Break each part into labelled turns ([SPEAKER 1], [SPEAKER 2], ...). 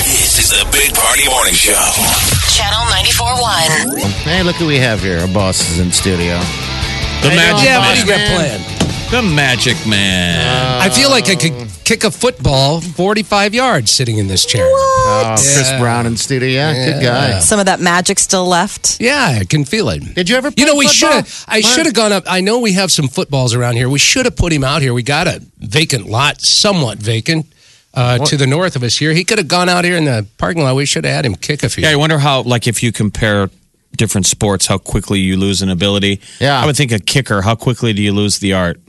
[SPEAKER 1] This is the Big Party Morning Show.
[SPEAKER 2] Channel 94.1.
[SPEAKER 3] Hey, look who we have here. Our boss is in studio.
[SPEAKER 4] Oh,
[SPEAKER 5] The Magic
[SPEAKER 4] Yeah, what do you
[SPEAKER 5] Man.
[SPEAKER 4] got planned?
[SPEAKER 5] The Magic Man.
[SPEAKER 4] I feel like I could kick a football 45 yards sitting in this chair.
[SPEAKER 3] Oh, Chris
[SPEAKER 4] Yeah.
[SPEAKER 3] Brown in studio. Yeah, good guy.
[SPEAKER 6] Some of that magic still left.
[SPEAKER 4] Yeah, I can feel it.
[SPEAKER 3] Did you ever
[SPEAKER 4] You know, we
[SPEAKER 3] play
[SPEAKER 4] should
[SPEAKER 3] football?
[SPEAKER 4] have. I
[SPEAKER 3] Learn.
[SPEAKER 4] should have gone up. I know we have some footballs around here. We should have put him out here. We got a vacant lot, somewhat vacant, uh, to the north of us here. He could have gone out here in the parking lot. We should have had him kick a few.
[SPEAKER 5] Yeah, I wonder how, like, if you compare different sports, how quickly you lose an ability.
[SPEAKER 3] Yeah.
[SPEAKER 5] I would think a kicker, how quickly do you lose the art?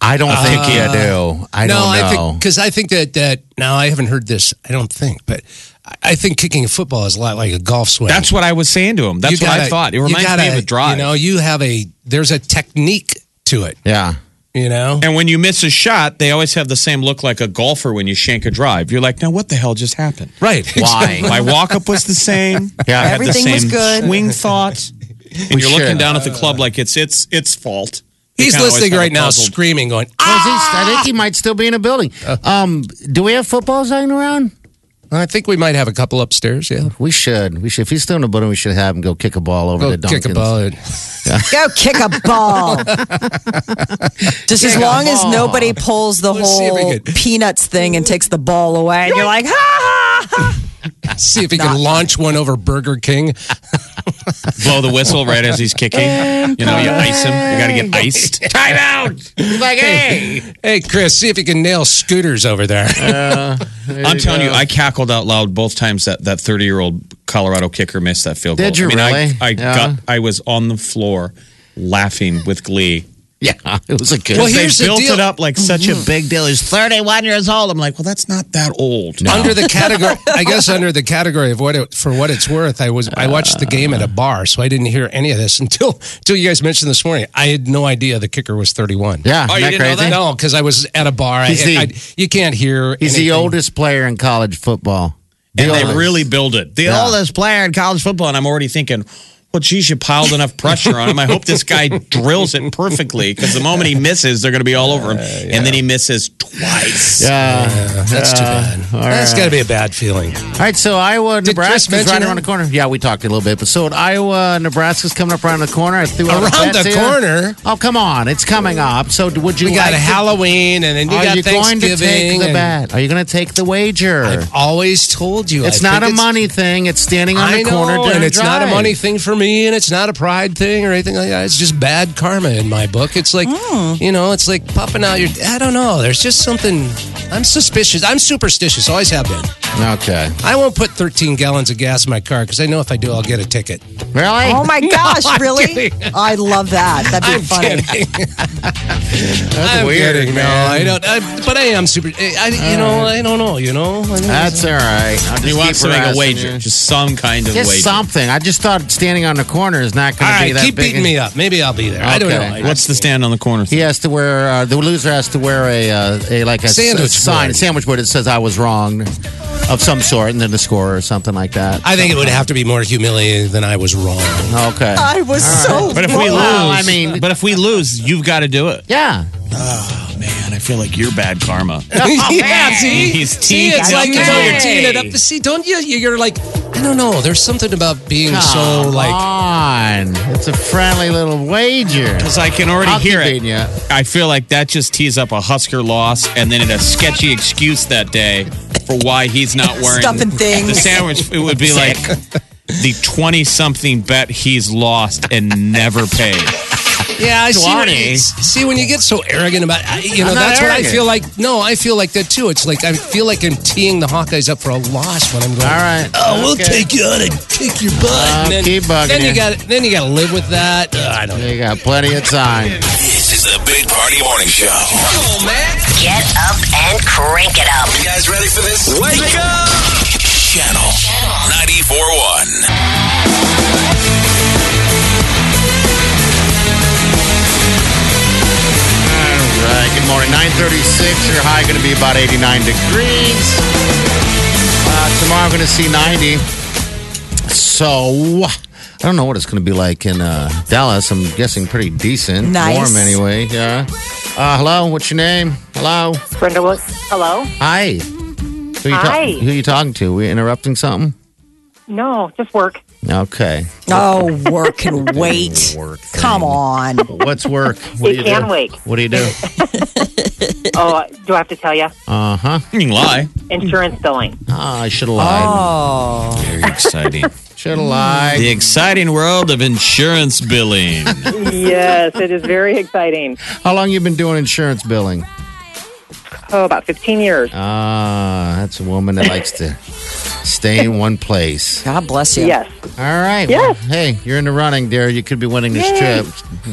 [SPEAKER 3] I don't think you do. I
[SPEAKER 4] Uh, no,
[SPEAKER 3] don't know.
[SPEAKER 4] I think because I think that that now I haven't heard this. I don't think, but I- I think kicking a football is a lot like a golf swing.
[SPEAKER 5] That's what I was saying to him. That's
[SPEAKER 4] You
[SPEAKER 5] what I
[SPEAKER 4] gotta-
[SPEAKER 5] thought. It
[SPEAKER 4] you
[SPEAKER 5] reminds me
[SPEAKER 4] gotta,
[SPEAKER 5] of a drive.
[SPEAKER 4] You know, you have a there's a technique to it.
[SPEAKER 3] yeah.
[SPEAKER 4] You know,
[SPEAKER 5] and when you miss a shot, they always have the same look like a golfer when you shank a drive. You're like, now what the hell just happened?
[SPEAKER 4] right?
[SPEAKER 3] Why?
[SPEAKER 5] My walk up was the same.
[SPEAKER 3] Yeah.
[SPEAKER 5] I had the
[SPEAKER 6] Everything
[SPEAKER 5] same
[SPEAKER 6] was good.
[SPEAKER 5] swing thought. And you're
[SPEAKER 3] Sure.
[SPEAKER 5] looking down at the club like it's its its fault. They
[SPEAKER 4] Uh, He's
[SPEAKER 5] kinda always
[SPEAKER 4] listening
[SPEAKER 5] have a
[SPEAKER 4] right now,
[SPEAKER 5] puzzled-
[SPEAKER 4] screaming, going, "Ah!" Uh.
[SPEAKER 3] Well, he's- I think he might still be in a building. Um, do we have footballs hanging around?
[SPEAKER 4] "Ah, I think we might have a couple upstairs. Yeah,
[SPEAKER 3] We should. We should. If he's still in a building, we should have him go kick a ball over
[SPEAKER 4] go
[SPEAKER 3] the to Duncan's.
[SPEAKER 4] kick a ball. And,
[SPEAKER 6] Go Oh, kick a ball. Just as long as nobody pulls the
[SPEAKER 4] Let's see if we
[SPEAKER 6] whole
[SPEAKER 4] could-
[SPEAKER 6] peanuts thing and takes the ball away, and you're like, "Ah, ha ha ha.
[SPEAKER 4] see if he can launch one over Burger King.
[SPEAKER 5] blow the whistle right as he's kicking. You know, you ice him. You got to get iced. Time out.
[SPEAKER 3] Like, hey.
[SPEAKER 4] Hey, Chris, see if you can nail scooters over there.
[SPEAKER 5] I'm telling you, I cackled out loud both times that that 30 year old Colorado kicker missed that field
[SPEAKER 3] Did you
[SPEAKER 5] goal. I mean, I-
[SPEAKER 3] really?
[SPEAKER 5] I,
[SPEAKER 3] Yeah.
[SPEAKER 5] got, I was on the floor laughing with glee.
[SPEAKER 3] Yeah, it was a good.
[SPEAKER 4] Well,
[SPEAKER 5] They
[SPEAKER 4] here's the
[SPEAKER 5] built
[SPEAKER 4] deal.
[SPEAKER 5] it up like such
[SPEAKER 3] Mm-hmm.
[SPEAKER 5] a big deal. He's 31 years old. I'm like, well, that's not that old.
[SPEAKER 4] Under the category, I guess under the category of what it, for what it's worth, I was I watched the game at a bar, so I didn't hear any of this until until you guys mentioned this morning. I had no idea the kicker was thirty one.
[SPEAKER 3] yeah, isn't that crazy?
[SPEAKER 4] No, because I was at a bar. I,
[SPEAKER 3] He's the-
[SPEAKER 4] I, you can't hear.
[SPEAKER 3] He's
[SPEAKER 4] anything.
[SPEAKER 3] the oldest player in college football. The
[SPEAKER 5] And they
[SPEAKER 3] oldest.
[SPEAKER 5] really build it. The oldest player in college football. And I'm already thinking, well, geez, you piled enough pressure on him. I hope this guy drills it perfectly because the moment he misses, they're going to be all over him. And then he misses twice.
[SPEAKER 3] Yeah.
[SPEAKER 4] That's too
[SPEAKER 3] Uh,
[SPEAKER 4] bad. That's got to be a bad feeling.
[SPEAKER 3] All right, so Iowa,
[SPEAKER 4] Did Chris
[SPEAKER 3] Nebraska's right
[SPEAKER 4] mention
[SPEAKER 3] around the
[SPEAKER 4] him?
[SPEAKER 3] corner. Yeah, we talked a little bit, but so Iowa, Nebraska's coming up around the corner. I threw out a bet
[SPEAKER 4] Around the
[SPEAKER 3] to you.
[SPEAKER 4] corner?
[SPEAKER 3] Oh, come on, it's coming up. So, would you
[SPEAKER 4] We got
[SPEAKER 3] like to-
[SPEAKER 4] Halloween, and then you
[SPEAKER 3] Are
[SPEAKER 4] got
[SPEAKER 3] you going to take
[SPEAKER 4] Thanksgiving.
[SPEAKER 3] the
[SPEAKER 4] and-
[SPEAKER 3] bet? Are you going to take the wager?
[SPEAKER 4] I've always told you,
[SPEAKER 3] it's
[SPEAKER 4] I
[SPEAKER 3] not a
[SPEAKER 4] think it's-
[SPEAKER 3] money thing. It's standing on
[SPEAKER 4] I
[SPEAKER 3] the
[SPEAKER 4] know,
[SPEAKER 3] corner during
[SPEAKER 4] and it's not a
[SPEAKER 3] drive.
[SPEAKER 4] money thing for me, and it's not a pride thing or anything like that. It's just bad karma in my book. It's like
[SPEAKER 3] Hmm.
[SPEAKER 4] you know, it's like popping out your. I don't know. There's just something. I'm suspicious. I'm superstitious. Always have been.
[SPEAKER 3] Okay,
[SPEAKER 4] I won't put 13 gallons of gas in my car because I know if I do, I'll get a ticket.
[SPEAKER 3] really?
[SPEAKER 6] Oh my gosh,
[SPEAKER 4] I'm
[SPEAKER 6] really?
[SPEAKER 4] kidding.
[SPEAKER 6] I love that. That'd be
[SPEAKER 4] I'm
[SPEAKER 6] funny.
[SPEAKER 4] kidding.
[SPEAKER 3] That's
[SPEAKER 4] I'm
[SPEAKER 3] weird,
[SPEAKER 4] kidding.
[SPEAKER 3] man.
[SPEAKER 4] No, I don't. I, but I am super. I, I- you know, I don't know. You know, I don't-
[SPEAKER 3] That's all right. I'll just
[SPEAKER 5] He wants
[SPEAKER 3] keep
[SPEAKER 5] to make a
[SPEAKER 3] harassing
[SPEAKER 5] wager,
[SPEAKER 3] you.
[SPEAKER 5] just some kind of
[SPEAKER 3] Just
[SPEAKER 5] wager.
[SPEAKER 3] something. I just thought standing on the corner is not
[SPEAKER 4] All
[SPEAKER 3] going to be
[SPEAKER 4] right,
[SPEAKER 3] that
[SPEAKER 4] keep
[SPEAKER 3] big.
[SPEAKER 4] beating me up. Maybe I'll be there. I don't know.
[SPEAKER 3] Okay.
[SPEAKER 4] I-
[SPEAKER 5] What's the stand on the corner?
[SPEAKER 3] He has to wear uh, the loser has to wear a uh, a like a
[SPEAKER 4] Sandwich
[SPEAKER 3] sign
[SPEAKER 4] board.
[SPEAKER 3] sandwich board that says I was wrong of some sort and then the score or something like that.
[SPEAKER 4] I think it would have to be more humiliating than I was wrong.
[SPEAKER 3] okay.
[SPEAKER 6] I was so.
[SPEAKER 5] But if we lose,
[SPEAKER 3] Well, I mean-
[SPEAKER 5] but if we lose, you've got to do it.
[SPEAKER 3] yeah.
[SPEAKER 5] Man, I feel like you're bad karma.
[SPEAKER 4] yeah, see,
[SPEAKER 5] He's
[SPEAKER 4] see,
[SPEAKER 5] teeing
[SPEAKER 4] it's
[SPEAKER 5] it
[SPEAKER 4] like
[SPEAKER 5] up.
[SPEAKER 4] you know,
[SPEAKER 5] Hey.
[SPEAKER 4] you're teeing it up. See, don't you? You're like, I don't know. There's something about being so
[SPEAKER 3] Come
[SPEAKER 4] like.
[SPEAKER 3] on. It's a friendly little wager.
[SPEAKER 5] Because I can already
[SPEAKER 3] I'll keep
[SPEAKER 5] hear it.
[SPEAKER 3] beating you.
[SPEAKER 5] I feel like that just tees up a Husker loss and then a sketchy excuse that day for why he's not wearing
[SPEAKER 6] Stuffing things.
[SPEAKER 5] the sandwich. It would be like the 20 something bet he's lost and never paid.
[SPEAKER 4] Yeah, I see. When,
[SPEAKER 3] Duane.
[SPEAKER 4] see, when you get so arrogant about, I- you know,
[SPEAKER 3] I'm not
[SPEAKER 4] that's what I
[SPEAKER 3] arrogant.
[SPEAKER 4] feel like. No, I feel like that too. It's like I feel like I'm teeing the Hawkeyes up for a loss when I'm going.
[SPEAKER 3] All right.
[SPEAKER 4] Oh, we'll
[SPEAKER 3] Okay.
[SPEAKER 4] take you out and kick your butt. and then,
[SPEAKER 3] keep bugging
[SPEAKER 4] then
[SPEAKER 3] you.
[SPEAKER 4] you got then you got to live with that. Ugh, I don't know.
[SPEAKER 3] You got plenty of time.
[SPEAKER 1] This is the Big Party Morning Show.
[SPEAKER 2] Get up and crank it up.
[SPEAKER 1] You guys ready for this? Wake up! Channel
[SPEAKER 3] 36. Your high going to be about 89 degrees. Uh, tomorrow I'm going to see 90. So I don't know what it's going to be like in uh, Dallas. I'm guessing pretty decent.
[SPEAKER 6] Nice.
[SPEAKER 3] Warm anyway. Yeah. Uh, hello. What's your name? Hello.
[SPEAKER 7] Brenda Wood. Hello?
[SPEAKER 3] Hi. Who you ta-
[SPEAKER 7] Hi.
[SPEAKER 3] who you talking to? We interrupting something?
[SPEAKER 7] No, just work.
[SPEAKER 3] Okay.
[SPEAKER 6] Oh, work and wait.
[SPEAKER 3] Work thing.
[SPEAKER 6] Come on.
[SPEAKER 3] What's work? What
[SPEAKER 7] It
[SPEAKER 3] do you
[SPEAKER 7] can
[SPEAKER 3] do?
[SPEAKER 7] wait.
[SPEAKER 3] What do you do?
[SPEAKER 7] Oh, do I have to tell you?
[SPEAKER 3] Uh huh.
[SPEAKER 5] You can lie.
[SPEAKER 7] Insurance billing.
[SPEAKER 3] Ah, I should have lied.
[SPEAKER 6] Oh,
[SPEAKER 5] Very exciting.
[SPEAKER 3] Should have lied.
[SPEAKER 5] the exciting world of insurance billing.
[SPEAKER 7] yes, it is very exciting.
[SPEAKER 3] How long you been doing insurance billing?
[SPEAKER 7] Oh, about 15 years.
[SPEAKER 3] Ah, that's a woman that likes to stay in one place.
[SPEAKER 6] God bless you.
[SPEAKER 7] Yes.
[SPEAKER 3] All right. Well, hey, you're in the running, dear. You could be winning this trip.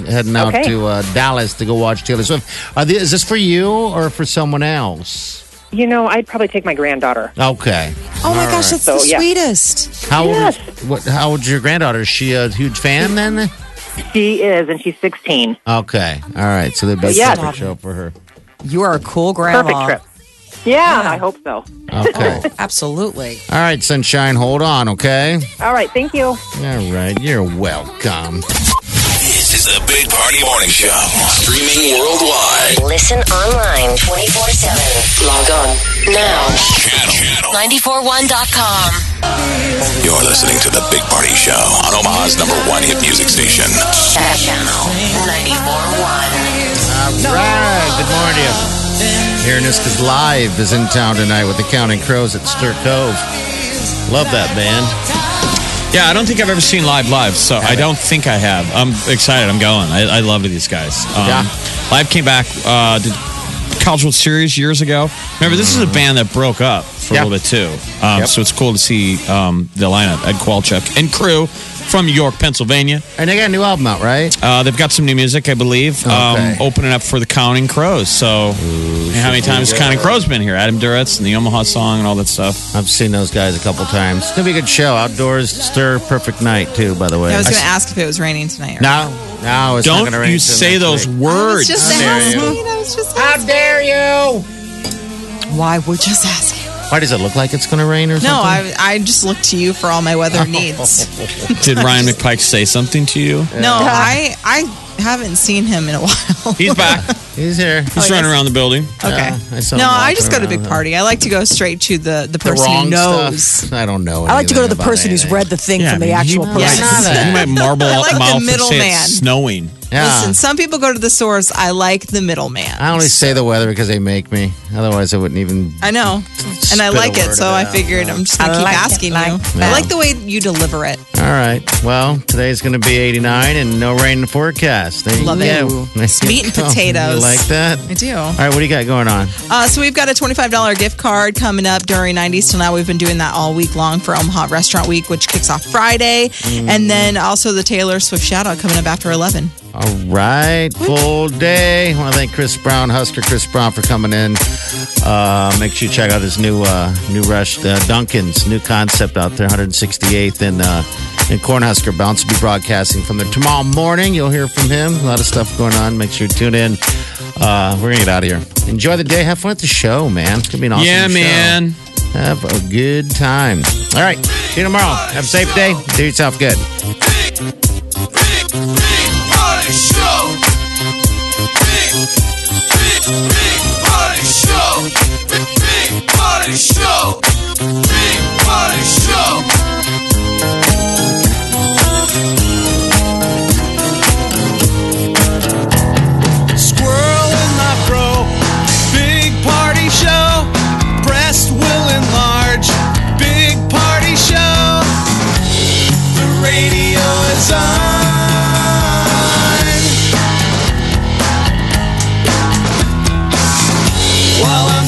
[SPEAKER 3] Heading out
[SPEAKER 7] Okay.
[SPEAKER 3] to uh, Dallas to go watch Taylor Swift. Are the, is this for you or for someone else?
[SPEAKER 7] You know, I'd probably take my granddaughter.
[SPEAKER 3] Okay.
[SPEAKER 6] Oh my
[SPEAKER 3] All
[SPEAKER 6] gosh,
[SPEAKER 3] right.
[SPEAKER 6] that's
[SPEAKER 7] So,
[SPEAKER 6] the
[SPEAKER 7] yeah.
[SPEAKER 6] sweetest.
[SPEAKER 3] How old?
[SPEAKER 7] Yes.
[SPEAKER 3] What? How old's your granddaughter? Is she a huge fan then?
[SPEAKER 7] She is, and she's 16.
[SPEAKER 3] Okay. All right. So there'd be a
[SPEAKER 7] Yes.
[SPEAKER 3] separate show for her.
[SPEAKER 6] You are a cool grandma.
[SPEAKER 7] Perfect trip. Yeah, I hope so.
[SPEAKER 3] Okay.
[SPEAKER 6] Absolutely.
[SPEAKER 3] All right, sunshine. Hold on. Okay.
[SPEAKER 7] All right, thank you.
[SPEAKER 3] All right. You're welcome.
[SPEAKER 1] This is the Big Party Morning Show. Streaming worldwide.
[SPEAKER 2] Listen online 24 7. Log on now.
[SPEAKER 1] Channel.
[SPEAKER 2] 941.com.
[SPEAKER 1] You're listening to the Big Party Show on Omaha's number one hit music station.
[SPEAKER 2] Channel 941.
[SPEAKER 3] All right. Good morning to you. Aaron Iskas Live is in town tonight with the Counting Crows at Stir Cove. Love that band.
[SPEAKER 5] Yeah, I don't think I've ever seen live live, so I don't think I have. I'm excited. I'm going. I, I love these guys. Um,
[SPEAKER 3] Yeah.
[SPEAKER 5] Live came back uh, did College World Series years ago. Remember, this is a band that broke up for
[SPEAKER 3] Yeah.
[SPEAKER 5] a little bit too. Um,
[SPEAKER 3] Yep.
[SPEAKER 5] So it's cool to see um, the lineup: Ed Qualchuk and crew from York, Pennsylvania.
[SPEAKER 3] And they got a new album out, right?
[SPEAKER 5] Uh, they've got some new music, I believe.
[SPEAKER 3] Okay.
[SPEAKER 5] Um, opening up for the Counting Crows. So, and how many times Counting Crows been here? Adam Duritz and the Omaha song and all that stuff.
[SPEAKER 3] I've seen those guys a couple times. It's gonna be a good show. Outdoors, Stir, perfect night too. By the way.
[SPEAKER 8] I was going to ask if it was raining tonight. Or
[SPEAKER 3] no, no, it's not
[SPEAKER 5] Don't
[SPEAKER 3] gonna rain
[SPEAKER 5] you
[SPEAKER 3] till
[SPEAKER 5] say
[SPEAKER 3] next
[SPEAKER 5] those
[SPEAKER 3] week.
[SPEAKER 8] I was
[SPEAKER 5] words?
[SPEAKER 8] just asking. I was just asking.
[SPEAKER 3] dare you?
[SPEAKER 6] Why would you?
[SPEAKER 8] Just asking.
[SPEAKER 3] Why does it look like it's gonna rain or
[SPEAKER 8] No,
[SPEAKER 3] something?
[SPEAKER 8] I, I just look to you for all my weather needs.
[SPEAKER 5] Did Ryan McPike say something to you?
[SPEAKER 8] No, I I haven't seen him in a while.
[SPEAKER 6] Oh,
[SPEAKER 5] He's back.
[SPEAKER 3] He's here.
[SPEAKER 5] He's running around the building.
[SPEAKER 8] Okay.
[SPEAKER 3] I saw
[SPEAKER 8] Oh, no,
[SPEAKER 3] him
[SPEAKER 8] I
[SPEAKER 3] walking
[SPEAKER 8] just go to
[SPEAKER 3] around.
[SPEAKER 8] big party. I like to go straight to the
[SPEAKER 3] The
[SPEAKER 8] the person
[SPEAKER 3] wrong
[SPEAKER 8] who knows.
[SPEAKER 3] stuff. I don't know.
[SPEAKER 6] I like to go to the
[SPEAKER 3] anything about
[SPEAKER 6] person who's
[SPEAKER 3] anything.
[SPEAKER 6] read the thing
[SPEAKER 5] Yeah,
[SPEAKER 6] from the
[SPEAKER 5] I mean,
[SPEAKER 6] actual
[SPEAKER 3] knows.
[SPEAKER 6] person.
[SPEAKER 3] Yes.
[SPEAKER 5] You might marble out
[SPEAKER 8] like
[SPEAKER 5] the
[SPEAKER 8] the
[SPEAKER 5] mouth and say
[SPEAKER 8] middleman.
[SPEAKER 5] it's snowing.
[SPEAKER 3] Yeah.
[SPEAKER 8] Listen, some people go to the source. I like the middleman.
[SPEAKER 3] I only say the weather because they make me. Otherwise, I wouldn't even.
[SPEAKER 8] I know, and I
[SPEAKER 3] Spit
[SPEAKER 8] like
[SPEAKER 3] a
[SPEAKER 8] it,
[SPEAKER 3] word
[SPEAKER 8] so
[SPEAKER 3] of
[SPEAKER 8] I
[SPEAKER 3] it out.
[SPEAKER 8] figured I'm just gonna
[SPEAKER 6] I
[SPEAKER 8] keep
[SPEAKER 6] like it,
[SPEAKER 8] asking you.
[SPEAKER 6] like
[SPEAKER 8] I like the way you deliver it.
[SPEAKER 3] All right. Well, today's going to be 89 and no rain in the forecast. There you
[SPEAKER 8] Love it.
[SPEAKER 3] go. Oh,
[SPEAKER 8] Ooh. It's meat and
[SPEAKER 3] You go.
[SPEAKER 8] potatoes.
[SPEAKER 3] You like that?
[SPEAKER 8] I do.
[SPEAKER 3] All right. What do you got going on?
[SPEAKER 8] Uh, so we've got a $25 gift card coming up during 90s till now. We've been doing that all week long for Omaha Restaurant Week, which kicks off Friday.
[SPEAKER 3] Mm.
[SPEAKER 8] And then also the Taylor Swift shout out coming up after 11.
[SPEAKER 3] All right. Full day. I want to thank Chris Brown, Husker Chris Brown, for coming in. Uh, make sure you check out his new uh, new rush, uh, Duncan's new concept out there, 168th and uh, and Cornhusker Bounce will be broadcasting from there tomorrow morning. You'll hear from him. A lot of stuff going on. Make sure you tune in. Uh, we're gonna get out of here. Enjoy the day. Have fun at the show, man. It's gonna be an awesome
[SPEAKER 5] yeah,
[SPEAKER 3] show.
[SPEAKER 5] man.
[SPEAKER 3] Have a good time. All right. See you tomorrow. Have a safe day. Do yourself good.
[SPEAKER 1] Big, big party show. Big, big, big party show. Big, big party show. Big party show.
[SPEAKER 5] Squirrel in my fro. Big party show. Breast will enlarge. Big party show. The radio is on. While I'm